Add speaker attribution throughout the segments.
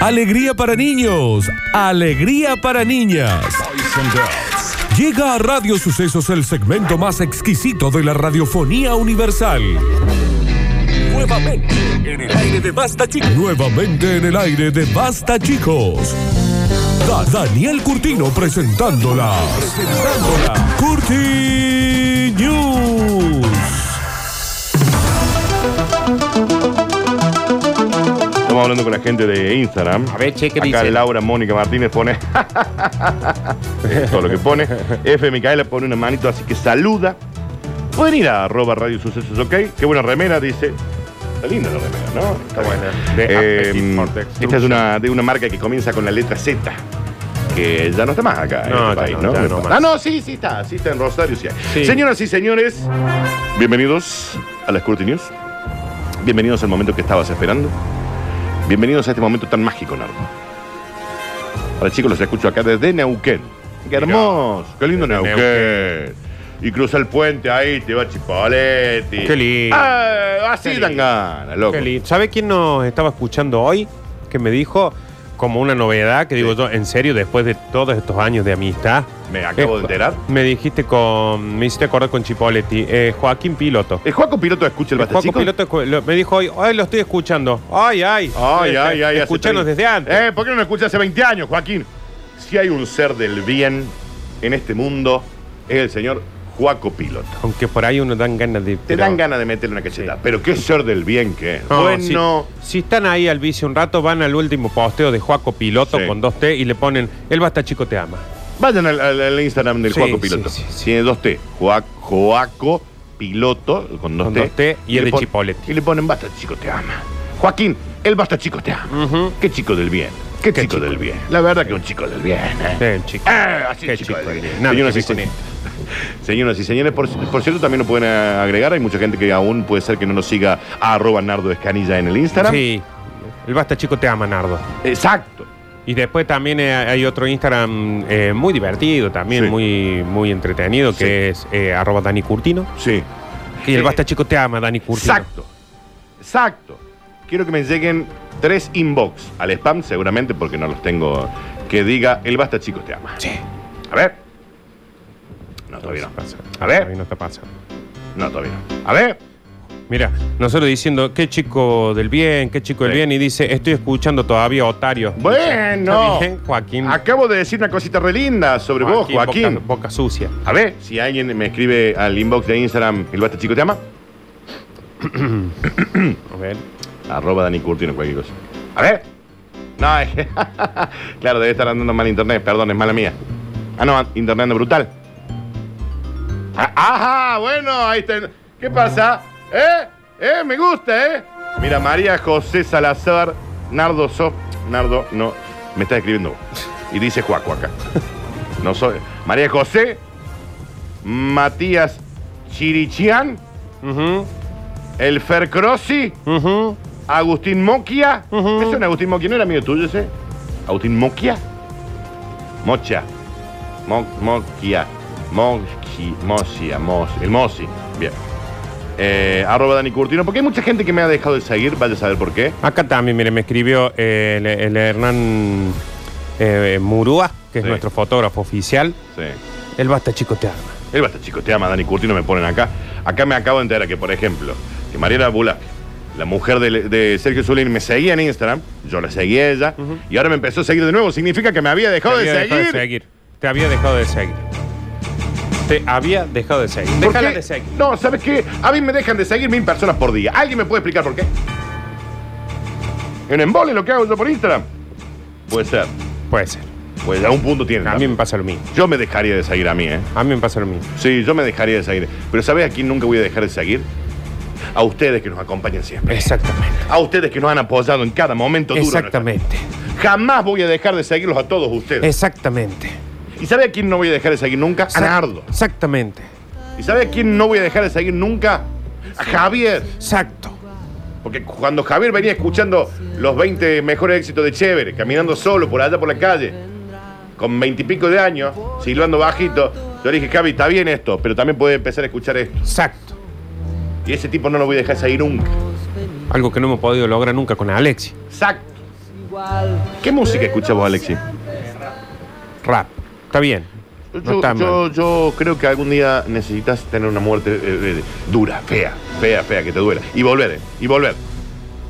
Speaker 1: Alegría para niños, alegría para niñas. Llega a Radio Sucesos el segmento más exquisito de la radiofonía universal. Nuevamente en el aire de Basta Chicos. Nuevamente en el aire de Basta Chicos. Da- Daniel Curtino presentándola. Presentándola. Curti News.
Speaker 2: Estamos hablando con la gente de Instagram.
Speaker 3: A ver, che, ¿qué
Speaker 2: Acá
Speaker 3: dice?
Speaker 2: Laura Mónica Martínez pone. Es todo lo que pone. F. Micaela pone una manito, así que saluda. Pueden ir a arroba Radio Sucesos, ¿ok? Qué buena remera, dice. Está linda la remera, ¿no? Está
Speaker 3: buena.
Speaker 2: Eh,
Speaker 3: De Appetite for
Speaker 2: esta es una, de una marca que comienza con la letra Z. Que ya no está más acá
Speaker 3: No,
Speaker 2: en el
Speaker 3: ya
Speaker 2: país,
Speaker 3: no,
Speaker 2: ¿no?
Speaker 3: ya no más.
Speaker 2: ah, no, sí, sí está. Sí está en Rosario, sí. hay.
Speaker 3: Sí.
Speaker 2: Señoras y señores, bienvenidos a las Curti News. Bienvenidos al momento que estabas esperando. Bienvenidos a este momento tan mágico, Nardo. Ahora, chicos, los escucho acá desde Neuquén. ¡Qué hermoso! ¡Qué lindo
Speaker 3: Desde
Speaker 2: Neuquén. Y cruza el puente ahí, te va Chipoletti.
Speaker 3: ¡Qué lindo!
Speaker 2: Ah, así
Speaker 3: ¡Qué
Speaker 2: dan
Speaker 3: lindo!
Speaker 2: ganas, loco.
Speaker 3: Qué lindo. ¿Sabe quién nos estaba escuchando hoy? Que me dijo como una novedad, que digo yo, en serio, después de todos estos años de amistad.
Speaker 2: Me acabo de enterar.
Speaker 3: Me dijiste con. Me hiciste acordar con Chipoletti. eh, Joaquín Piloto.
Speaker 2: ¿El Juaco Piloto escucha el
Speaker 3: El
Speaker 2: Basta,
Speaker 3: Joaco
Speaker 2: chicos?
Speaker 3: Piloto escu- lo- me dijo hoy, hoy lo estoy escuchando. Ay, ay.
Speaker 2: Ay, ay, ay. hace 30.
Speaker 3: Escuchanos desde antes.
Speaker 2: Eh, ¿Por qué no lo escuchas hace 20 años, Joaquín? Si hay un ser del bien en este mundo, es el señor Juaco Piloto.
Speaker 3: Aunque por ahí uno dan ganas de.
Speaker 2: Te dan ganas de meterle una cachetada. Pero qué ser del bien que es.
Speaker 3: bueno.
Speaker 2: bueno.
Speaker 3: Si, si están ahí al vicio un rato, van al último posteo de Joaco Piloto
Speaker 2: Sí.
Speaker 3: con dos T y le ponen, el basta chico te ama.
Speaker 2: Vayan al, al- al Instagram del
Speaker 3: Sí,
Speaker 2: Joaco Piloto.
Speaker 3: sí, sí, sí.
Speaker 2: Tiene dos T. Joa- Joaco Piloto con dos
Speaker 3: Con
Speaker 2: T.
Speaker 3: dos T y el
Speaker 2: le
Speaker 3: de
Speaker 2: pon-
Speaker 3: Chipoletti.
Speaker 2: Y le ponen basta, chico, te ama. Joaquín, el basta, chico, te ama. Qué chico del bien. Qué, chico, del bien. La verdad que un chico del bien. ¿eh?
Speaker 3: Eh, chico.
Speaker 2: Ah, así
Speaker 3: Qué
Speaker 2: es, chico
Speaker 3: chico
Speaker 2: del
Speaker 3: del
Speaker 2: bien.
Speaker 3: bien. Nada
Speaker 2: Señoras
Speaker 3: que
Speaker 2: y
Speaker 3: ver con
Speaker 2: señores. Señoras y señores, por, por cierto, también lo pueden eh, agregar. Hay mucha gente que aún puede ser que no nos siga a arroba Nardo Escanilla en el Instagram.
Speaker 3: Sí. El basta chico te ama, Nardo.
Speaker 2: Exacto.
Speaker 3: Y después también eh, hay otro Instagram eh, muy divertido, también
Speaker 2: Sí.
Speaker 3: muy, muy entretenido, que es eh, arroba Dani Curtino.
Speaker 2: Sí.
Speaker 3: Y el
Speaker 2: Eh,
Speaker 3: basta chico te ama, Dani Curtino.
Speaker 2: Exacto. Exacto. Quiero que me lleguen tres inbox al spam, seguramente porque no los tengo. Que diga, el basta chicos te ama.
Speaker 3: Sí.
Speaker 2: A ver. No, todavía no.
Speaker 3: Pasa.
Speaker 2: A ver.
Speaker 3: Todavía no está pasando.
Speaker 2: No, todavía no. A ver.
Speaker 3: Mira, nosotros diciendo, qué chico del bien, qué chico del
Speaker 2: Sí.
Speaker 3: bien, y dice, estoy escuchando todavía Otario.
Speaker 2: Bueno.
Speaker 3: ¿Está bien, Joaquín?
Speaker 2: Acabo de decir una cosita re linda sobre vos, Joaquín.
Speaker 3: Boca, boca sucia.
Speaker 2: A ver, si alguien me escribe al inbox de Instagram, el basta chico te ama.
Speaker 3: A ver.
Speaker 2: Arroba Dani Curtino, cualquier cosa. A ver. No, es que- claro, debe estar andando mal internet, perdón, es mala mía. Ah, no, internet anda brutal. Ah, ajá, bueno, ahí está. ¿Qué pasa? ¿Eh? ¿Eh? Me gusta, ¿eh? Mira, María José Salazar, Nardo So. Nardo, no, me está escribiendo vos. Y dice Juaco acá. No soy. María José, Matías Chirichian,
Speaker 3: Ujú,
Speaker 2: el Fer Crossi.
Speaker 3: ujú.
Speaker 2: Agustín Moquia.
Speaker 3: Ujú.
Speaker 2: ¿Me suena Agustín Moquia? ¿No era amigo tuyo ese? Agustín Moquia. Mocha. Mo- Moquia. Moqui. Mosia. Mos. El Mosi. Bien. Eh, arroba Dani Curtino. Porque hay mucha gente que me ha dejado de seguir. Vaya a saber por qué.
Speaker 3: Acá también, mire, me escribió eh, el, el Hernán eh, Murúa, que es
Speaker 2: Sí.
Speaker 3: nuestro fotógrafo oficial.
Speaker 2: Sí.
Speaker 3: El basta este chico te ama.
Speaker 2: Él basta, chicos. Te ama Dani Curtino. Me ponen acá. Acá me acabo de enterar que, por ejemplo, que Mariana Bulak, la mujer de, de Sergio Zulín, me seguía en Instagram. Yo la seguí a ella. Y ahora me empezó a seguir de nuevo. Significa que me había dejado,
Speaker 3: Te
Speaker 2: de,
Speaker 3: había
Speaker 2: seguir.
Speaker 3: dejado de seguir. Te había dejado de seguir. Te había dejado de seguir.
Speaker 2: ¿Por
Speaker 3: Déjala
Speaker 2: qué?
Speaker 3: de seguir.
Speaker 2: No, ¿sabes qué? A mí me dejan de seguir mil personas por día. ¿Alguien me puede explicar por qué? En embole lo que hago yo por Instagram. Puede ser.
Speaker 3: Puede ser.
Speaker 2: Pues a un punto tiene.
Speaker 3: A mí me pasa lo mismo.
Speaker 2: Yo me dejaría de seguir a mí, ¿eh?
Speaker 3: A mí me pasa lo mismo.
Speaker 2: Sí, yo me dejaría de seguir. Pero ¿sabes a quién nunca voy a dejar de seguir? A ustedes que nos acompañan siempre.
Speaker 3: Exactamente.
Speaker 2: A ustedes que nos han apoyado en cada momento duro. de nuestra-
Speaker 3: Exactamente.
Speaker 2: Jamás voy a dejar de seguirlos a todos ustedes.
Speaker 3: Exactamente.
Speaker 2: ¿Y sabes a quién no voy a dejar de seguir nunca? A Nardo.
Speaker 3: Exactamente.
Speaker 2: ¿Y sabes a quién no voy a dejar de seguir nunca? A Javier.
Speaker 3: Exacto.
Speaker 2: Porque cuando Javier venía escuchando los 20 mejores éxitos de Chévere, caminando solo por allá por la calle, con 20 y pico de años, silbando bajito, yo le dije, Javi, está bien esto, pero también puede empezar a escuchar esto.
Speaker 3: Exacto.
Speaker 2: Y ese tipo no lo voy a dejar salir nunca.
Speaker 3: Algo que no hemos podido lograr nunca con Alexi.
Speaker 2: Exacto. ¿Qué música escuchas vos, Alexi?
Speaker 3: Rap. Está bien.
Speaker 2: Yo,
Speaker 3: No está mal.
Speaker 2: yo- yo creo que algún día necesitas tener una muerte eh, eh, dura, fea, fea, fea, que te duela. Y volver, eh, y volver.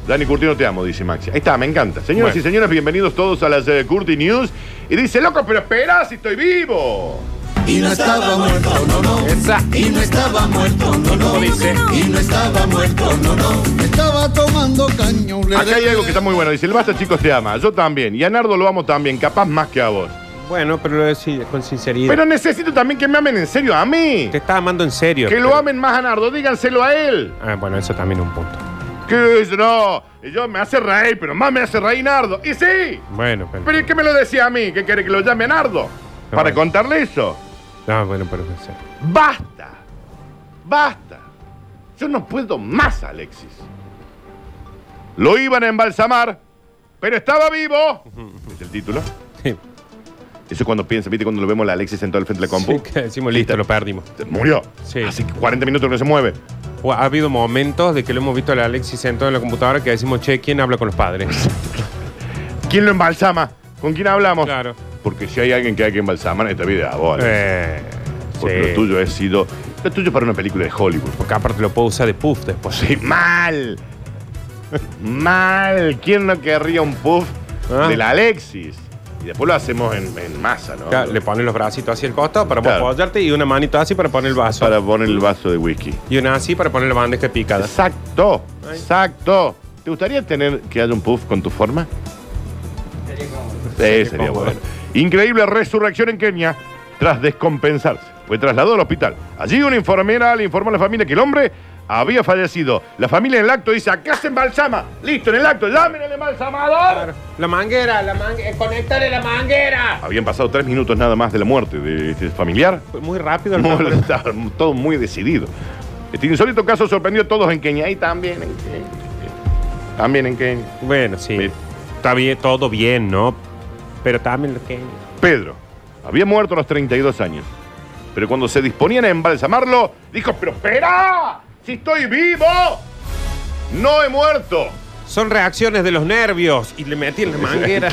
Speaker 2: Dani Curtino, te amo, dice Maxi. Ahí está, me encanta. Señoras
Speaker 3: Bueno.
Speaker 2: y señores, bienvenidos todos a las eh, Curti News. Y dice, loco, pero espera, si estoy vivo.
Speaker 4: Y no estaba muerto, no, no.
Speaker 3: Esa.
Speaker 4: Y no estaba muerto, no, no.
Speaker 3: ¿Cómo dice?
Speaker 4: Y no estaba muerto, no, no. Estaba tomando caño. ble,
Speaker 2: Acá hay
Speaker 4: ble,
Speaker 2: algo
Speaker 4: ble.
Speaker 2: que está muy bueno. Dice, el basta, chicos, te ama. Yo también. Y a Nardo lo amo también, capaz más que a vos.
Speaker 3: Bueno, pero lo decís con sinceridad.
Speaker 2: Pero necesito también que me amen en serio a mí.
Speaker 3: Te está amando en serio.
Speaker 2: Que lo
Speaker 3: pero-
Speaker 2: amen más a Nardo, díganselo a él.
Speaker 3: Ah, bueno, eso también es un punto.
Speaker 2: ¿Qué es? No, yo me hace reír, pero más me hace reír Nardo. Y sí,
Speaker 3: Bueno, pero.
Speaker 2: pero ¿y qué me lo decía a mí? ¿Que quiere que lo llame a Nardo? Para
Speaker 3: bueno.
Speaker 2: contarle eso.
Speaker 3: No, Ah, bueno, pero. en serio.
Speaker 2: Basta, basta. Yo no puedo más, Alexis. Lo iban a embalsamar, pero estaba vivo. Es el título.
Speaker 3: Sí.
Speaker 2: Eso es cuando piensa, ¿viste? Cuando lo vemos la Alexis sentado al frente de la compu.
Speaker 3: Sí, que decimos listo, lo perdimos.
Speaker 2: Se Murió.
Speaker 3: Sí.
Speaker 2: Hace 40 minutos que no se mueve.
Speaker 3: O ha habido momentos de que lo hemos visto a la Alexis sentado en la computadora que decimos, che, ¿quién habla con los padres?
Speaker 2: ¿Quién lo embalsama? ¿Con quién hablamos?
Speaker 3: Claro.
Speaker 2: Porque si hay alguien que hay que embalsamar en esta vida, a vos, Alexis.
Speaker 3: Eh,
Speaker 2: Porque
Speaker 3: sí.
Speaker 2: lo tuyo ha sido. Lo tuyo es para una película de Hollywood.
Speaker 3: Porque aparte lo puedo usar de puff después.
Speaker 2: Sí, mal. mal. ¿Quién no querría un puff
Speaker 3: Ah.
Speaker 2: del Alexis? Y después lo hacemos en, en masa, ¿no?
Speaker 3: Acá Le pones los bracitos así al costado para poder
Speaker 2: Claro.
Speaker 3: apoyarte y una manito así para poner el vaso.
Speaker 2: Para poner el vaso de whisky.
Speaker 3: Y una así para poner la bandeja picada.
Speaker 2: Exacto.
Speaker 3: Ahí.
Speaker 2: Exacto. ¿Te gustaría tener que haya un puff con tu forma? Sí, sería
Speaker 3: cómodo.
Speaker 2: bueno. Increíble resurrección en Kenia tras descompensarse. Fue trasladado al hospital. Allí una enfermera le informó a la familia que el hombre había fallecido. La familia en el acto dice, acá se embalsama. Listo, en el acto, llamen al embalsamador.
Speaker 3: La manguera, la manguera, conectale la manguera.
Speaker 2: Habían pasado tres minutos nada más de la muerte de este familiar.
Speaker 3: Fue Muy rápido el
Speaker 2: Muy-
Speaker 3: nombre.
Speaker 2: está todo muy decidido. Este insólito caso sorprendió a todos en Kenia y también en Kenia. También en Kenia.
Speaker 3: Bueno, sí.
Speaker 2: Mira.
Speaker 3: Está bien, todo bien, ¿no? Pero también lo que.
Speaker 2: Pedro había muerto a los 32 años, pero cuando se disponían a embalsamarlo, dijo, pero espera, si estoy vivo, no he muerto.
Speaker 3: Son reacciones de los nervios y le metí en la manguera.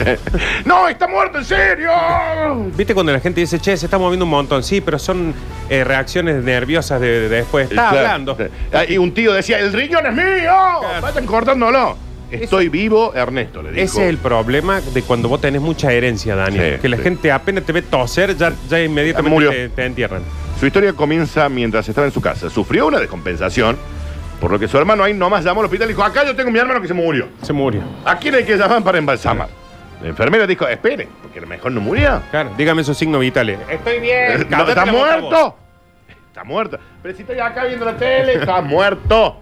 Speaker 2: no, está muerto, en serio.
Speaker 3: ¿Viste cuando la gente dice, che, se está moviendo un montón? Sí, pero son eh, reacciones nerviosas de, de después. Está
Speaker 2: Claro.
Speaker 3: hablando.
Speaker 2: Ah, Y un tío decía, el riñón es mío, vayan cortándolo. Estoy vivo, Ernesto, le dijo.
Speaker 3: Ese es el problema de cuando vos tenés mucha herencia, Dani.
Speaker 2: Sí,
Speaker 3: que la
Speaker 2: sí.
Speaker 3: gente apenas te ve toser, ya, ya
Speaker 2: Ya
Speaker 3: inmediatamente
Speaker 2: murió.
Speaker 3: te, te entierran.
Speaker 2: Su historia comienza mientras estaba en su casa. Sufrió una descompensación, por lo que su hermano ahí nomás llamó al hospital y dijo, acá yo tengo mi hermano que se murió.
Speaker 3: Se murió.
Speaker 2: ¿A quién hay que llamar para embalsamar? La enfermera dijo, espere, porque a lo mejor no murió.
Speaker 3: Claro, dígame esos signos vitales. Estoy bien.
Speaker 2: Eh, No,
Speaker 3: cállate
Speaker 2: ¿Está
Speaker 3: la boca vos.
Speaker 2: muerto? Está muerto. Pero si estoy acá viendo la tele, está muerto.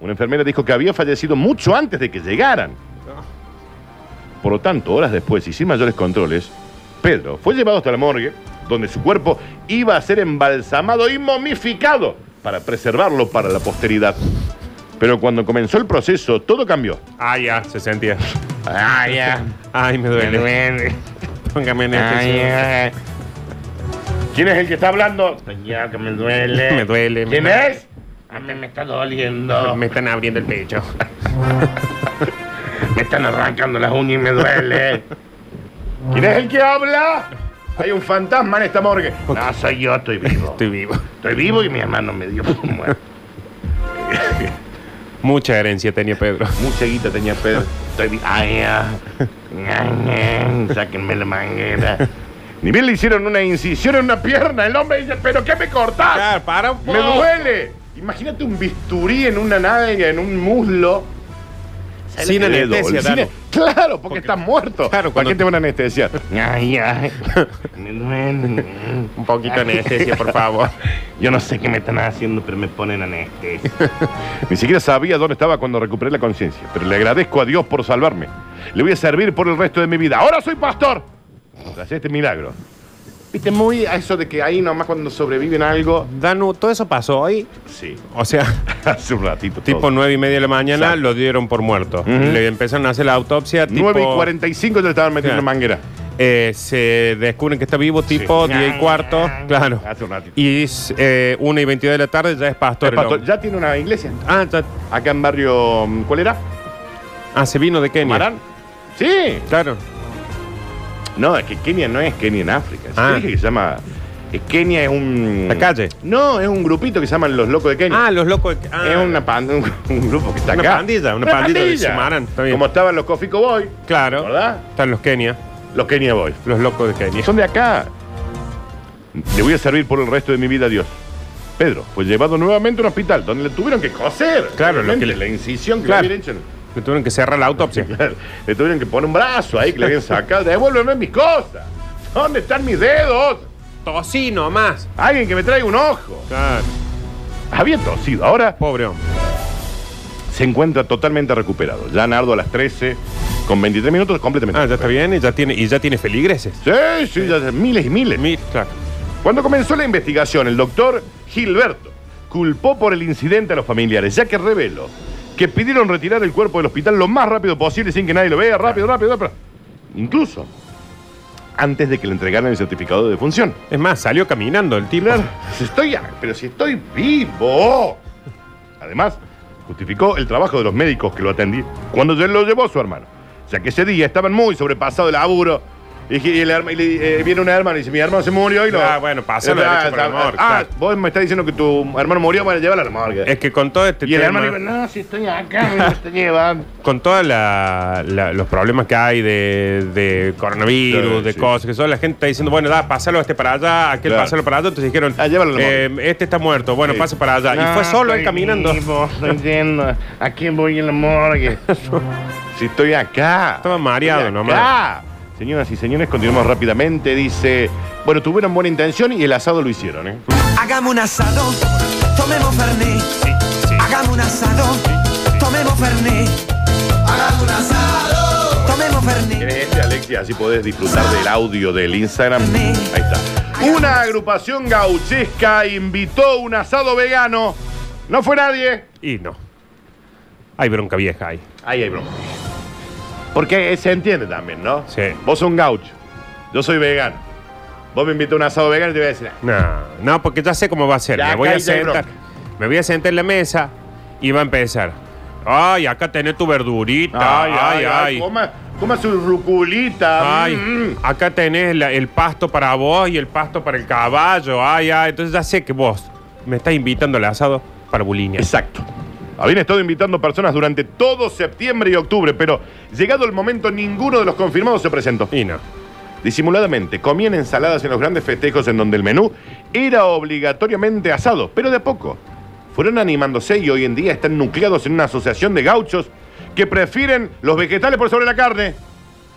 Speaker 2: Una enfermera dijo que había fallecido mucho antes de que llegaran. Por lo tanto, horas después y sin mayores controles, Pedro fue llevado hasta la morgue, donde su cuerpo iba a ser embalsamado y momificado para preservarlo para la posteridad. Pero cuando comenzó el proceso, todo cambió.
Speaker 3: Ah, ya, se sentía.
Speaker 2: Ah, ya. Ah,
Speaker 3: Ay, me duele. Póngame en este.
Speaker 2: ¿Quién es el que está hablando? Ya, que me duele.
Speaker 3: Me duele. me
Speaker 2: ¿Quién
Speaker 3: está-
Speaker 2: es? A mí me está doliendo.
Speaker 3: Me están abriendo el pecho.
Speaker 2: Me están arrancando las uñas y me duele. ¿Quién es el que habla? Hay un fantasma en esta morgue. No, soy yo, estoy vivo.
Speaker 3: Estoy vivo.
Speaker 2: Estoy vivo y mi hermano me dio por muerto.
Speaker 3: Mucha herencia tenía Pedro.
Speaker 2: Mucha guita tenía Pedro. Estoy vivo. Ay, ah. Ay, ay, sáquenme la manguera. Ni bien le hicieron una incisión en una pierna. El hombre dice, ¿pero qué me cortás?
Speaker 3: Claro, para un
Speaker 2: ¡Me duele! Imagínate un bisturí en una nalga, en un muslo.
Speaker 3: Sin
Speaker 2: Le duele.
Speaker 3: anestesia, claro.
Speaker 2: Sin- Claro, porque, estás muerto.
Speaker 3: Claro,
Speaker 2: ¿Para
Speaker 3: cuando-
Speaker 2: qué te van a anestesiar?
Speaker 5: Ay, ay. Me duele.
Speaker 3: Un poquito de anestesia, por favor.
Speaker 5: Yo no sé qué me están haciendo, pero me ponen anestesia.
Speaker 2: Ni siquiera sabía dónde estaba cuando recuperé la conciencia. Pero le agradezco a Dios por salvarme. Le voy a servir por el resto de mi vida. ¡Ahora soy pastor! Tras este milagro. Viste, muy a eso de que ahí nomás cuando sobreviven algo.
Speaker 3: Danu, todo eso pasó hoy.
Speaker 2: Sí,
Speaker 3: O sea,
Speaker 2: hace un ratito.
Speaker 3: Tipo
Speaker 2: todo.
Speaker 3: 9 y media de la mañana
Speaker 2: Exacto.
Speaker 3: lo dieron por muerto. Le empezaron a hacer la autopsia. Tipo,
Speaker 2: 9 y 45 ya le estaban metiendo
Speaker 3: Claro.
Speaker 2: una manguera.
Speaker 3: eh, se descubren que está vivo tipo
Speaker 2: Sí.
Speaker 3: 10 y cuarto. Claro.
Speaker 2: Hace un ratito.
Speaker 3: Y es, eh, 1 y 22 de la tarde ya es pastor.
Speaker 2: Es
Speaker 3: el
Speaker 2: pastor.
Speaker 3: hombre.
Speaker 2: Ya tiene una iglesia.
Speaker 3: Ah, ya-
Speaker 2: Acá en barrio. mm, ¿Cuál era?
Speaker 3: ah, se vino de Kenia.
Speaker 2: Marán. Sí.
Speaker 3: Claro.
Speaker 2: No, es que Kenia no es Kenia en África. Yo
Speaker 3: Ah.
Speaker 2: dije que se llama. eh, Kenia es un.
Speaker 3: La calle.
Speaker 2: No, es un grupito que se llaman Los Locos de Kenia.
Speaker 3: Ah, los locos. de- ah,
Speaker 2: es una pan- un, un grupo que está
Speaker 3: Una
Speaker 2: acá.
Speaker 3: pandilla, una pandilla de Semarán, está bien.
Speaker 2: Como estaban los Cofico Boy,
Speaker 3: Claro.
Speaker 2: ¿Verdad?
Speaker 3: Están los Kenia.
Speaker 2: los Kenia Boy.
Speaker 3: Los locos de
Speaker 2: Y
Speaker 3: Kenia.
Speaker 2: son de acá. Le voy a servir por el resto de mi vida a Dios. Pedro fue llevado nuevamente a un hospital donde le tuvieron que coser.
Speaker 3: Claro, lo que
Speaker 2: Obviamente,
Speaker 3: le-
Speaker 2: la incisión que
Speaker 3: Claro.
Speaker 2: le habían hecho.
Speaker 3: Le tuvieron que cerrar la autopsia.
Speaker 2: Claro, Le tuvieron que poner un brazo ahí que le habían sacado. Devuélveme mis cosas. ¿Dónde están mis dedos?
Speaker 3: Tocino más.
Speaker 2: Alguien que me traiga un ojo.
Speaker 3: Claro.
Speaker 2: Había tosido. Ahora
Speaker 3: Pobre hombre.
Speaker 2: se encuentra totalmente recuperado. Ya Nardo a las 13, con 23 minutos, completamente.
Speaker 3: Ah, ya está bien y ya tiene, y ya tiene feligreses.
Speaker 2: Sí, sí, ya- miles y miles.
Speaker 3: Mil, claro.
Speaker 2: Cuando comenzó la investigación, el doctor Gilberto culpó por el incidente a los familiares, ya que reveló que pidieron retirar el cuerpo del hospital lo más rápido posible sin que nadie lo vea, rápido, rápido, rápido. Incluso antes de que le entregaran el certificado de función.
Speaker 3: Es más, salió caminando el tipo.
Speaker 2: Si estoy, pero si estoy vivo. Además, justificó el trabajo de los médicos que lo atendí cuando yo lo llevó a su hermano. Ya que ese día estaban muy sobrepasados de laburo. Y, dije- y el herma- y le- eh, viene un hermano y dice, mi hermano se murió y lo...
Speaker 3: Ah, bueno, pasó lo
Speaker 2: Ah,
Speaker 3: derecho por
Speaker 2: ah,
Speaker 3: el amor,
Speaker 2: ah,
Speaker 3: claro.
Speaker 2: vos me estás diciendo que tu hermano murió, bueno, llévalo a la morgue.
Speaker 3: Es que con todo este
Speaker 2: y el
Speaker 3: tema,
Speaker 2: hermano dice, no, si estoy acá, me te llevan.
Speaker 3: con todos los problemas que hay de, de coronavirus,
Speaker 2: Sí,
Speaker 3: de
Speaker 2: sí.
Speaker 3: cosas que son, la gente está diciendo, bueno, da, pásalo este para allá, aquel
Speaker 2: Claro.
Speaker 3: pásalo para allá, entonces dijeron,
Speaker 2: Ah, llévalo al
Speaker 3: eh, este está muerto, bueno,
Speaker 2: Sí. Ah,
Speaker 3: pasa para allá.
Speaker 5: No,
Speaker 3: y fue solo él
Speaker 5: estoy
Speaker 3: caminando.
Speaker 5: vivo, estoy yendo. ¿A quién voy en la morgue?
Speaker 2: Si estoy acá.
Speaker 3: Estaba mareado
Speaker 2: Estoy
Speaker 3: nomás.
Speaker 2: acá. Señoras y señores, continuamos rápidamente. Dice, bueno, tuvieron buena intención y el asado lo hicieron, ¿eh?
Speaker 6: Hagamos un asado, tomemos fernet. Hagamos un asado, tomemos fernet. Hagamos un asado, tomemos fernet.
Speaker 2: Tienes este, Alexia, así podés disfrutar del audio del Instagram. Ahí está. Una agrupación gauchesca invitó un asado vegano. No fue nadie.
Speaker 3: Y no. Hay bronca vieja ahí.
Speaker 2: Ahí hay broma. Porque eh, se entiende también, ¿no?
Speaker 3: Sí.
Speaker 2: Vos sos un gaucho. Yo soy vegano. Vos me invitas a un asado vegano y te voy a decir. "Ah,
Speaker 3: No, no, porque ya sé cómo va a ser.
Speaker 2: Ya
Speaker 3: Me voy
Speaker 2: acá
Speaker 3: a
Speaker 2: ya hay
Speaker 3: sentar.
Speaker 2: bronca.
Speaker 3: Me voy a sentar en la mesa y va a empezar. Ay, acá tenés tu verdurita. Ay, ay, ay.
Speaker 2: Coma, coma su ruculita.
Speaker 3: Ay,
Speaker 2: Mm, mm.
Speaker 3: acá tenés la- el pasto para vos y el pasto para el caballo. Ay, ay. Entonces ya sé que vos me estás invitando al asado para buliña.
Speaker 2: Exacto. Habían estado invitando personas durante todo septiembre y octubre, pero llegado el momento, ninguno de los confirmados se presentó.
Speaker 3: Y no.
Speaker 2: Disimuladamente, comían ensaladas en los grandes festejos en donde el menú era obligatoriamente asado, pero de a poco. Fueron animándose y hoy en día están nucleados en una asociación de gauchos que prefieren los vegetales por sobre la carne.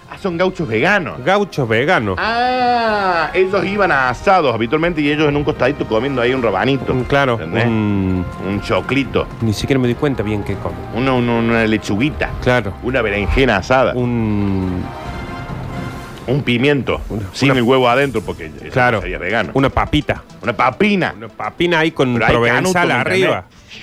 Speaker 2: Ah, son gauchos veganos.
Speaker 3: Gauchos veganos.
Speaker 2: Ah, ellos iban a asados habitualmente y ellos en un costadito comiendo ahí un rabanito.
Speaker 3: Mm, claro.
Speaker 2: ¿entendés?
Speaker 3: Mm,
Speaker 2: Un choclito,
Speaker 3: ni siquiera me di cuenta bien qué come.
Speaker 2: una, una- una lechuguita,
Speaker 3: Claro.
Speaker 2: una berenjena asada, un,
Speaker 3: Un.
Speaker 2: pimiento, sin el huevo adentro porque eso
Speaker 3: Claro.
Speaker 2: sería vegano. Una,
Speaker 3: Una papita.
Speaker 2: papina.
Speaker 3: Una papina ahí con
Speaker 2: Pero hay
Speaker 3: provenzal
Speaker 2: canuto, ¿me
Speaker 3: arriba. ¿eh?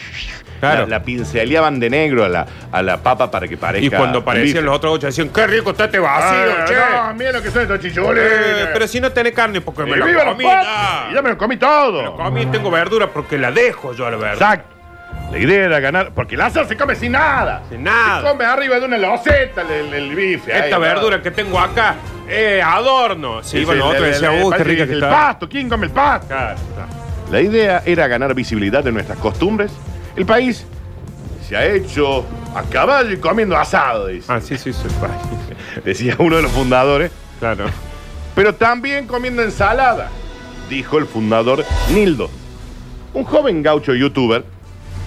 Speaker 3: Claro.
Speaker 2: La, la pinceleaban de negro a la, a la papa para que parezca.
Speaker 3: Y cuando aparecían
Speaker 2: bife.
Speaker 3: los otros ocho decían, qué rico está este vacío,
Speaker 2: Ah,
Speaker 3: che.
Speaker 2: no, mira lo que son estos chicholes.
Speaker 3: Eh, pero si no tenés carne, porque
Speaker 2: Y
Speaker 3: me lo
Speaker 2: viva los
Speaker 3: comí.
Speaker 2: patos,
Speaker 3: ya.
Speaker 2: y ya me lo comí
Speaker 3: Me lo
Speaker 2: todo.
Speaker 3: comí, tengo verdura porque la dejo yo a la verdura.
Speaker 2: Exacto. La idea era ganar. Porque el asado se come sin nada.
Speaker 3: Sin
Speaker 2: Se
Speaker 3: nada.
Speaker 2: come arriba de una loseta el, el- el bife. ahí,
Speaker 3: Esta
Speaker 2: ¿no?
Speaker 3: verdura que tengo acá, eh, adorno. Sí,
Speaker 2: Ese,
Speaker 3: bueno,
Speaker 2: el-
Speaker 3: otro
Speaker 2: el-
Speaker 3: decía,
Speaker 2: el-
Speaker 3: uh, qué
Speaker 2: parece
Speaker 3: rica
Speaker 2: es
Speaker 3: que
Speaker 2: el
Speaker 3: está.
Speaker 2: pasto. ¿Quién come el pasto?
Speaker 3: Claro, claro.
Speaker 2: La idea era ganar visibilidad de nuestras costumbres. El país se ha hecho a caballo y comiendo asado, dice.
Speaker 3: Ah, sí, sí, sí.
Speaker 2: Decía uno de los fundadores.
Speaker 3: Claro.
Speaker 2: pero también comiendo ensalada, dijo el fundador Nildo, un joven gaucho youtuber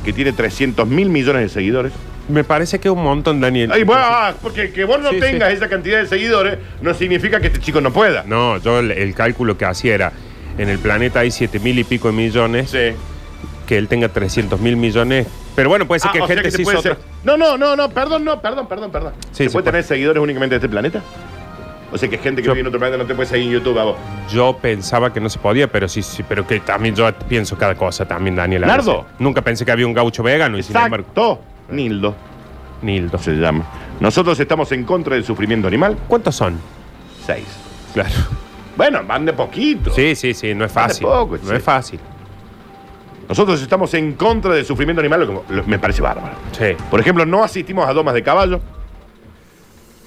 Speaker 2: que tiene 300 mil millones de seguidores.
Speaker 3: Me parece que es un montón, Daniel.
Speaker 2: Ay, bueno, ah, porque que vos no
Speaker 3: Sí,
Speaker 2: tengas esa cantidad de seguidores no significa que este chico no pueda.
Speaker 3: No, yo el, el cálculo que hacía era, en el planeta hay siete mil y pico de millones,
Speaker 2: Sí.
Speaker 3: que él tenga 300 mil millones. Pero bueno, puede ser
Speaker 2: Ah,
Speaker 3: que
Speaker 2: o sea
Speaker 3: gente
Speaker 2: que te
Speaker 3: sí
Speaker 2: puede
Speaker 3: hizo
Speaker 2: ser-
Speaker 3: otra-
Speaker 2: No, no, no, no, perdón, no, perdón, perdón, perdón.
Speaker 3: Sí,
Speaker 2: ¿Se
Speaker 3: se
Speaker 2: puede
Speaker 3: puede.
Speaker 2: tener seguidores únicamente de este planeta? O sea que gente que
Speaker 3: Yo-
Speaker 2: vive en otro planeta no te puede seguir en YouTube a vos.
Speaker 3: Yo pensaba que no se podía, pero sí, sí, pero que también yo pienso cada cosa también, Daniel. a
Speaker 2: Nardo.
Speaker 3: veces. Nunca pensé que había un gaucho vegano y sin embargo,
Speaker 2: Exacto. Nildo
Speaker 3: Nildo.
Speaker 2: se llama. Nosotros estamos en contra del sufrimiento animal.
Speaker 3: ¿Cuántos son?
Speaker 2: Seis.
Speaker 3: Claro.
Speaker 2: Bueno, van de poquito.
Speaker 3: Sí, sí, sí, no es fácil.
Speaker 2: poco,
Speaker 3: no
Speaker 2: che.
Speaker 3: es fácil.
Speaker 2: Nosotros estamos en contra del sufrimiento animal, lo que lo- me parece bárbaro.
Speaker 3: Sí.
Speaker 2: Por ejemplo, no asistimos a domas de caballo.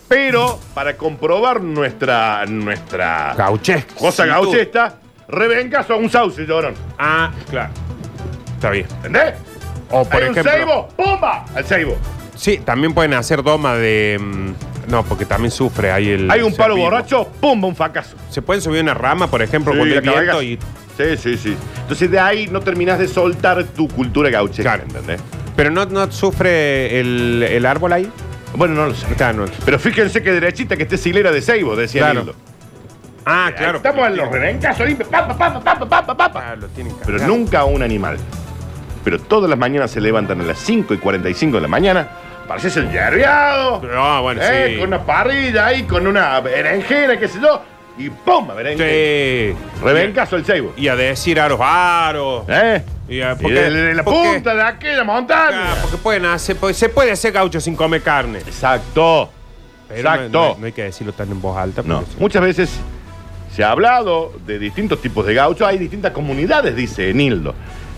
Speaker 2: Pero para comprobar nuestra. nuestra.
Speaker 3: Gauches.
Speaker 2: cosa gauchesta, revengas a un sauce, llorón.
Speaker 3: Ah, claro. Está bien.
Speaker 2: ¿Entendés?
Speaker 3: O por
Speaker 2: Hay un
Speaker 3: ejemplo.
Speaker 2: ceibo, ¡pumba! Al ceibo.
Speaker 3: Sí, también pueden hacer doma de. mm, No, porque también sufre ahí el.
Speaker 2: Hay un palo
Speaker 3: ser vivo.
Speaker 2: borracho, ¡pumba! Un fracaso.
Speaker 3: Se pueden subir una rama, por ejemplo,
Speaker 2: Sí,
Speaker 3: cuando hay
Speaker 2: la
Speaker 3: viento
Speaker 2: cabalga.
Speaker 3: y.
Speaker 2: Sí, sí, sí. Entonces de ahí no terminás de soltar tu cultura gauchesca, ¿entendés?
Speaker 3: Pero no, no sufre el, el árbol ahí.
Speaker 2: Bueno, no lo sé.
Speaker 3: Está, no.
Speaker 2: Pero fíjense que derechita que esté silera de ceibo, decía
Speaker 3: Claro.
Speaker 2: Nildo.
Speaker 3: Ah, claro.
Speaker 2: Estamos en los revencas, Olimpe, papa, papa, papa, papa, papa.
Speaker 3: Ah, lo tienen que
Speaker 2: Pero
Speaker 3: arrancar.
Speaker 2: nunca a un animal. Pero todas las mañanas se levantan a las 5 y 45 de la mañana. Pareces el yerbeado.
Speaker 3: Pero, ah, bueno,
Speaker 2: eh,
Speaker 3: sí.
Speaker 2: Con una parrilla ahí, con una berenjena, qué sé yo. Y ¡pum! Berenjena.
Speaker 3: Sí.
Speaker 2: Revencazo el ceibo.
Speaker 3: Y a decir aros, aros.
Speaker 2: ¿Eh?
Speaker 3: Y a-
Speaker 2: Y de, de la
Speaker 3: porque-
Speaker 2: punta de aquella montaña.
Speaker 3: Ah, porque pueden hacer, pues, se puede hacer gaucho sin comer carne.
Speaker 2: Exacto.
Speaker 3: Pero no-
Speaker 2: Exacto.
Speaker 3: No, no hay que decirlo tan en voz alta.
Speaker 2: No,
Speaker 3: porque sí.
Speaker 2: muchas veces se ha hablado de distintos tipos de gauchos, hay distintas comunidades, dice Enildo.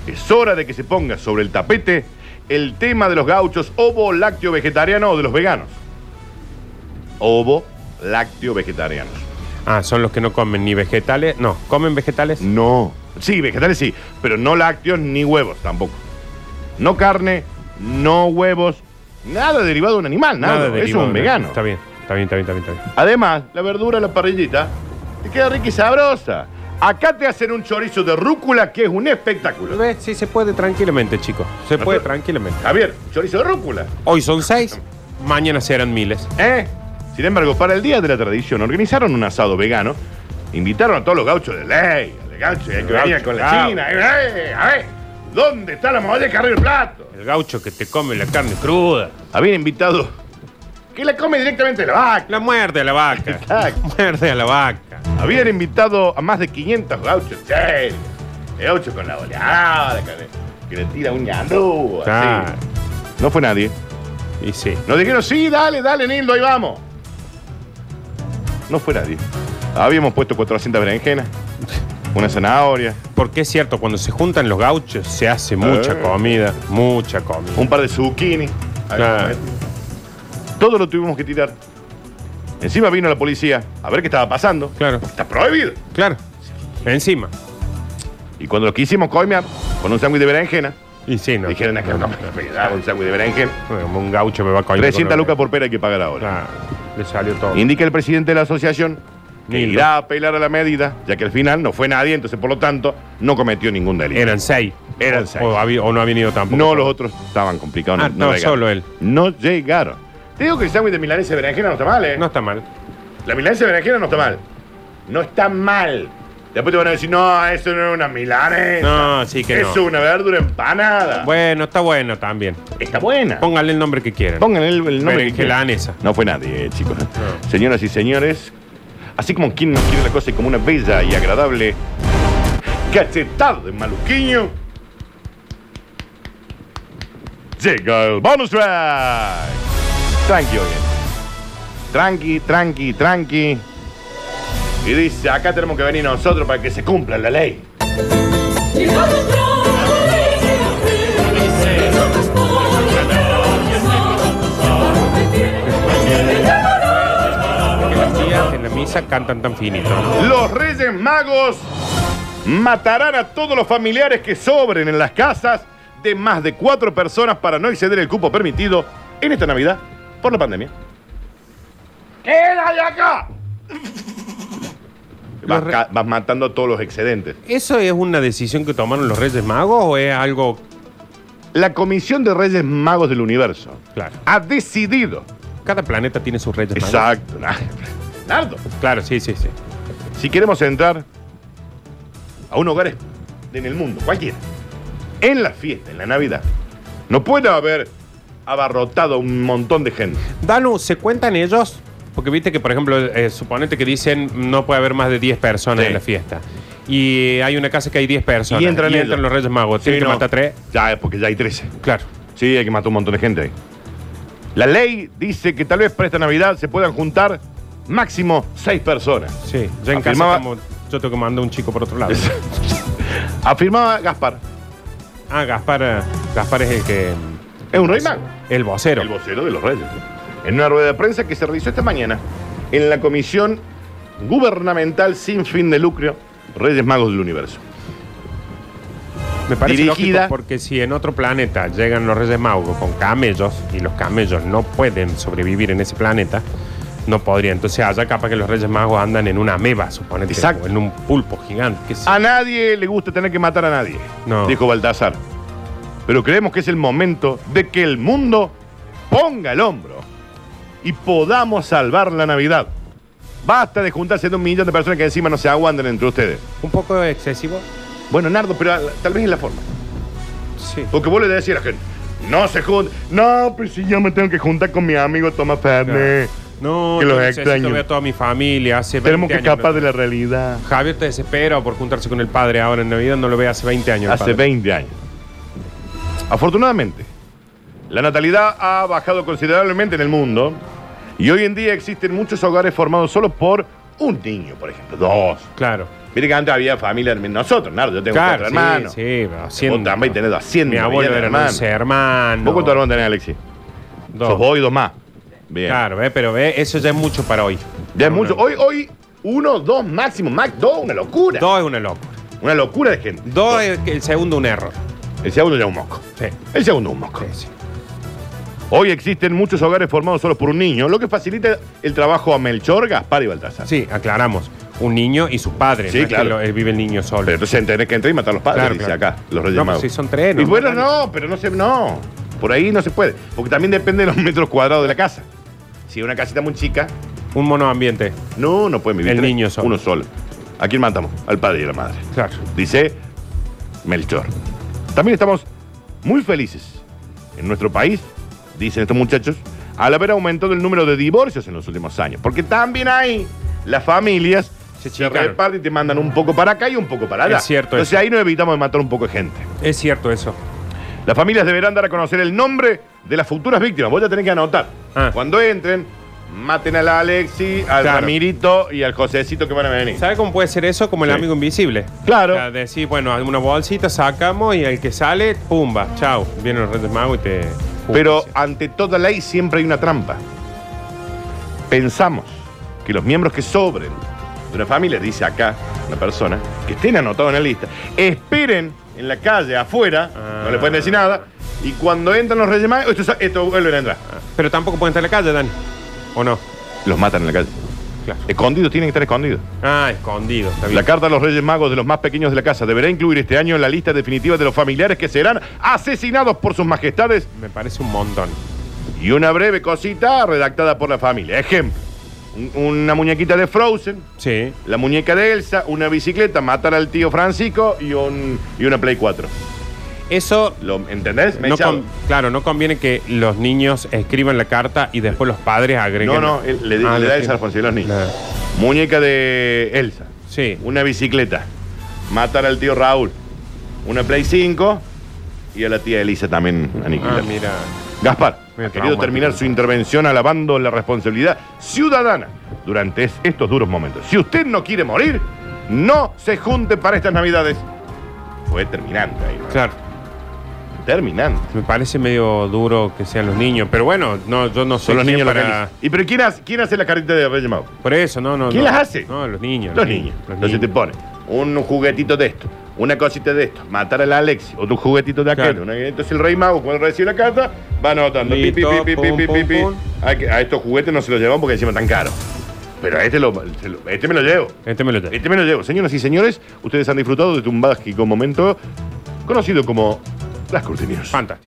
Speaker 2: Es hora de que se ponga sobre el tapete el tema de los gauchos ovo lácteo vegetariano o de los veganos. Ovo lácteo vegetarianos.
Speaker 3: Ah, son los que no comen ni vegetales. No, comen vegetales.
Speaker 2: No. Sí, vegetales sí, pero no lácteos ni huevos tampoco. No carne, no huevos, nada derivado de un animal, nada. es
Speaker 3: derivado
Speaker 2: un
Speaker 3: de-
Speaker 2: vegano.
Speaker 3: Está bien, está bien, está bien, está bien. está bien.
Speaker 2: Además, la verdura, la parrillita, te queda rica y sabrosa. Acá te hacen un chorizo de rúcula que es un
Speaker 3: ¿Lo
Speaker 2: espectáculo.
Speaker 3: ves? Sí, se puede tranquilamente, chicos. Se puede
Speaker 2: Nosotros-
Speaker 3: tranquilamente.
Speaker 2: Javier, chorizo de rúcula.
Speaker 3: Hoy son seis, mañana serán miles.
Speaker 2: ¿Eh? Sin embargo, para el Día de la Tradición organizaron un asado vegano. Invitaron a todos los gauchos de ley, al gaucho eh, que
Speaker 3: Gaucho,
Speaker 2: venía con la
Speaker 3: claro.
Speaker 2: china. eh, eh, a ver, ¿dónde está la molleja arriba del plato?
Speaker 3: El gaucho que te come la carne cruda.
Speaker 2: Habían invitado que la come directamente de la vaca.
Speaker 3: La muerte a la vaca. La
Speaker 2: Exacto.
Speaker 3: muerte a la vaca.
Speaker 2: Habían invitado a más de 500 gauchos. Che, gauchos con la oleada, que le, que le tira un ñandú, así.
Speaker 3: Claro.
Speaker 2: No fue nadie.
Speaker 3: Y sí.
Speaker 2: Nos dijeron, sí, dale, dale, Nildo, ahí vamos. No fue nadie. Habíamos puesto 400 berenjenas, una zanahoria,
Speaker 3: Porque es cierto, cuando se juntan los gauchos se hace mucha
Speaker 2: Eh.
Speaker 3: comida, mucha comida.
Speaker 2: un par de zucchini.
Speaker 3: Claro.
Speaker 2: Todo lo tuvimos que tirar. Encima vino la policía a ver qué estaba pasando.
Speaker 3: Claro.
Speaker 2: Está prohibido.
Speaker 3: Claro. Encima.
Speaker 2: Y cuando lo quisimos coimear con un sándwich de berenjena,
Speaker 3: Y sí, no.
Speaker 2: dijeron, "Es que no, me da un sándwich de berenjena.
Speaker 3: Como Un gaucho me va a comer.
Speaker 2: 300 lucas por pera hay que pagar ahora.
Speaker 3: Claro. Le salió todo.
Speaker 2: Indica el presidente de la asociación que
Speaker 3: Nildo.
Speaker 2: irá a apelar a la medida, ya que al final no fue nadie, entonces por lo tanto no cometió ningún delito.
Speaker 3: Eran seis.
Speaker 2: Eran
Speaker 3: O-
Speaker 2: seis.
Speaker 3: O, había- o no habían ido tampoco.
Speaker 2: no, los otros estaban complicados.
Speaker 3: Ah,
Speaker 2: no,
Speaker 3: estaba
Speaker 2: llegaron.
Speaker 3: solo él.
Speaker 2: No llegaron. Te digo que el sándwich de milanesa de berenjena no está mal, ¿eh?
Speaker 3: No está mal.
Speaker 2: La milanesa de berenjena no está mal. No está mal. Después te van a decir, no, eso no es una milanesa.
Speaker 3: No, sí que
Speaker 2: es
Speaker 3: no.
Speaker 2: una verdura empanada.
Speaker 3: Bueno, está bueno también.
Speaker 2: Está buena.
Speaker 3: Póngale el nombre que quieran.
Speaker 2: Pongan el, el nombre que quieran.
Speaker 3: Berenjelanesa.
Speaker 2: No fue nadie, eh, chicos. Señoras y señores, así como quien no quiere la cosa y como una bella y agradable cachetada de maluquiño, llega el bonus track. Tranqui, oye. Tranqui, tranqui, tranqui. Y dice, acá tenemos que venir nosotros para que se cumpla la ley.
Speaker 3: Porque las tías en la misa cantan tan finito.
Speaker 2: Los Reyes Magos matarán a todos los familiares que sobren en las casas de más de cuatro personas para no exceder el cupo permitido en esta Navidad por la pandemia. ¡Queda de acá! Vas,
Speaker 3: Los re-
Speaker 2: ca- vas matando a todos los excedentes.
Speaker 3: ¿Eso es una decisión que tomaron los Reyes Magos o es algo
Speaker 2: La Comisión de Reyes Magos del Universo
Speaker 3: claro?
Speaker 2: ha decidido.
Speaker 3: Cada planeta tiene sus Reyes Magos.
Speaker 2: Exacto. Nardo,
Speaker 3: Claro, sí, sí, sí.
Speaker 2: si queremos entrar a un hogar en el mundo, cualquiera, en la fiesta, en la Navidad, no puede haber abarrotado un montón de gente.
Speaker 3: Danu, ¿se cuentan ellos? Porque viste que, por ejemplo, eh, suponete que dicen no puede haber más de 10 personas
Speaker 2: Sí.
Speaker 3: en la fiesta. Y hay una casa que hay 10 personas.
Speaker 2: Y entran ellos.
Speaker 3: los Reyes Magos.
Speaker 2: Sí,
Speaker 3: Tienen que
Speaker 2: no.
Speaker 3: matar 3.
Speaker 2: Ya, porque ya hay 13.
Speaker 3: Claro.
Speaker 2: Sí, hay que matar un montón de gente ahí. La ley dice que tal vez para esta Navidad se puedan juntar máximo seis personas.
Speaker 3: Sí. Ya en
Speaker 2: Afirmaba-
Speaker 3: casa como yo tengo que mandar un chico por otro lado.
Speaker 2: Afirmaba Gaspar.
Speaker 3: ah, Gaspar, eh, Gaspar es el que...
Speaker 2: Es un rey mago.
Speaker 3: El vocero.
Speaker 2: El vocero de los reyes. en una rueda de prensa que se realizó esta mañana en la Comisión Gubernamental Sin Fin de Lucro Reyes Magos del Universo.
Speaker 3: Me parece
Speaker 2: Dirigida-
Speaker 3: lógico porque si en otro planeta llegan los Reyes Magos con camellos y los camellos no pueden sobrevivir en ese planeta, no podría. Entonces allá capaz que los Reyes Magos andan en una ameba, suponete,
Speaker 2: Exacto. Ah,
Speaker 3: o en un pulpo gigante. qué sé yo.
Speaker 2: A nadie le gusta tener que matar a nadie,
Speaker 3: No.
Speaker 2: dijo Baltasar. Pero creemos que es el momento de que el mundo ponga el hombro y podamos salvar la Navidad. Basta de juntarse de un millón de personas que encima no se aguantan entre ustedes.
Speaker 3: Un poco excesivo.
Speaker 2: Bueno, Nardo, pero ah, tal vez es la forma.
Speaker 3: Sí.
Speaker 2: Porque vos le decís a la gente, no se junten. No, pues si yo me tengo que juntar con mi amigo Tomás Fernández.
Speaker 3: No,
Speaker 2: Que los
Speaker 3: yo necesito
Speaker 2: extraño.
Speaker 3: ver a toda mi familia. Hace
Speaker 2: Tenemos que
Speaker 3: 20 años
Speaker 2: escapar
Speaker 3: no-
Speaker 2: de la realidad.
Speaker 3: Javier te desespera por juntarse con el padre ahora en Navidad, no lo ve hace 20 años. el
Speaker 2: Hace
Speaker 3: padre.
Speaker 2: 20 años. Afortunadamente, la natalidad ha bajado considerablemente en el mundo y hoy en día existen muchos hogares formados solo por un niño, por ejemplo, dos.
Speaker 3: Claro.
Speaker 2: Mire que antes había familia de nosotros, Nardo, yo tengo
Speaker 3: Claro,
Speaker 2: cuatro
Speaker 3: sí,
Speaker 2: hermanos.
Speaker 3: sí, haciendo.
Speaker 2: Vos también tenés 200,
Speaker 3: Mi abuelo
Speaker 2: bien,
Speaker 3: era
Speaker 2: hermano.
Speaker 3: 11 hermanos.
Speaker 2: ¿Vos cuántos hermanos tenés, Alexis?
Speaker 3: Dos.
Speaker 2: Sos vos y dos más. Bien.
Speaker 3: Claro, ve, pero ve, eso ya es mucho para hoy.
Speaker 2: Ya es
Speaker 3: Una-
Speaker 2: mucho. Hoy, hoy, uno, dos máximo. Max, dos, una locura.
Speaker 3: Dos es una locura.
Speaker 2: Una locura de gente.
Speaker 3: Dos es que el segundo un error.
Speaker 2: El segundo ya un moco.
Speaker 3: Sí.
Speaker 2: El segundo un moco.
Speaker 3: sí, sí.
Speaker 2: Hoy existen muchos hogares formados solo por un niño, lo que facilita el trabajo a Melchor, Gaspar y Baltasar.
Speaker 3: Sí, aclaramos. Un niño y sus padres.
Speaker 2: Sí,
Speaker 3: no es que
Speaker 2: claro.
Speaker 3: lo- eh, vive el niño solo.
Speaker 2: Pero entonces tenés que entrar y matar a los padres,
Speaker 3: Claro,
Speaker 2: dice
Speaker 3: claro.
Speaker 2: acá, los Reyes
Speaker 3: No,
Speaker 2: Magos.
Speaker 3: pero si son tres, ¿no?
Speaker 2: Y bueno, no, pero no se. No. Por ahí no se puede. Porque también depende de los metros cuadrados de la casa. Si es una casita muy chica,
Speaker 3: Un monoambiente.
Speaker 2: no, no puede vivir.
Speaker 3: El
Speaker 2: tres,
Speaker 3: niño solo.
Speaker 2: Uno solo. ¿A quién matamos? Al padre y a la madre.
Speaker 3: Claro.
Speaker 2: dice Melchor. También estamos muy felices en nuestro país, dicen estos muchachos, al haber aumentado el número de divorcios en los últimos años. Porque también hay las familias
Speaker 3: Se
Speaker 2: se,
Speaker 3: chingaron.
Speaker 2: reparten y te mandan un poco para acá y un poco para allá.
Speaker 3: Es cierto
Speaker 2: Entonces
Speaker 3: eso.
Speaker 2: ahí no evitamos de matar un poco de gente.
Speaker 3: Es cierto eso.
Speaker 2: Las familias deberán dar a conocer el nombre de las futuras víctimas. Vos ya tenés que anotar.
Speaker 3: Ah.
Speaker 2: Cuando entren, maten al Alexi, al
Speaker 3: Claro.
Speaker 2: Ramirito y al Josecito que van a venir.
Speaker 3: ¿Sabe cómo puede ser eso? Como el
Speaker 2: Sí.
Speaker 3: amigo invisible.
Speaker 2: Claro.
Speaker 3: O sea, decir, bueno, una bolsita, sacamos y el que sale, pumba, chao. Viene el Reyes Magos y te.
Speaker 2: Pero
Speaker 3: justicia.
Speaker 2: ante toda ley siempre hay una trampa. Pensamos que los miembros que sobren de una familia, dice acá una persona, que estén anotados en la lista, esperen en la calle, afuera,
Speaker 3: Ah.
Speaker 2: no le pueden decir nada, y cuando entran los reyes magos, esto, esto vuelven a entrar.
Speaker 3: Pero tampoco pueden estar en la calle, Dani. ¿O no?
Speaker 2: Los matan en la calle.
Speaker 3: Claro.
Speaker 2: Escondidos, tienen que estar escondidos.
Speaker 3: Ah, escondido. Está bien.
Speaker 2: La carta de los Reyes Magos de los más pequeños de la casa deberá incluir este año en la lista definitiva de los familiares que serán asesinados por sus majestades
Speaker 3: Me parece un montón.
Speaker 2: Y una breve cosita redactada por la familia. Ejemplo, un- una muñequita de Frozen,
Speaker 3: Sí.
Speaker 2: la muñeca de Elsa, una bicicleta, matar al tío Francisco y, un, y una Play 4.
Speaker 3: Eso.
Speaker 2: ¿Lo, ¿Entendés? Me he
Speaker 3: No
Speaker 2: echado.
Speaker 3: con- claro, no conviene que los niños escriban la carta y después los padres agreguen.
Speaker 2: no, no, él- le,
Speaker 3: Ah,
Speaker 2: le
Speaker 3: no
Speaker 2: da
Speaker 3: tiene-
Speaker 2: esa responsabilidad a los niños.
Speaker 3: Claro.
Speaker 2: Muñeca de Elsa,
Speaker 3: Sí.
Speaker 2: una bicicleta, matar al tío Raúl, una Play 5 y a la tía Elisa también
Speaker 3: Ah,
Speaker 2: aniquilar.
Speaker 3: mira.
Speaker 2: Gaspar
Speaker 3: Me
Speaker 2: ha querido
Speaker 3: trauma.
Speaker 2: terminar su intervención alabando la responsabilidad ciudadana durante es- estos duros momentos. Si usted no quiere morir, no se junte para estas navidades. Fue terminante ahí, ¿no?
Speaker 3: Claro.
Speaker 2: Terminante.
Speaker 3: Me parece medio duro que sean los niños. Pero bueno, no, yo no soy
Speaker 2: Son los
Speaker 3: quien
Speaker 2: niños los que
Speaker 3: para-
Speaker 2: eligen. ¿Y pero quién hace, quién hace la carita de Reyes Magos?
Speaker 3: Por eso, no, no.
Speaker 2: ¿Quién
Speaker 3: no.
Speaker 2: las hace?
Speaker 3: No, los niños.
Speaker 2: Los niños.
Speaker 3: Los
Speaker 2: Entonces te
Speaker 3: niños.
Speaker 2: pone un juguetito de esto, una cosita de esto, matar al Alexi, otro juguetito de aquel.
Speaker 3: Claro.
Speaker 2: una- entonces el Rey Mago, cuando recibe la carta, va anotando. Pi, pi,
Speaker 3: Listo,
Speaker 2: pi, pi,
Speaker 3: pum,
Speaker 2: pi,
Speaker 3: pum,
Speaker 2: pi, pi.
Speaker 3: pum.
Speaker 2: Hay que- A estos juguetes no se los llevan porque encima tan caros. Pero a este, lo, se lo- este me lo llevo.
Speaker 3: Este me lo tengo.
Speaker 2: Este me lo llevo. Señoras y señores, este ustedes han disfrutado de un mágico momento conocido como las cortinas.
Speaker 3: Fantástico.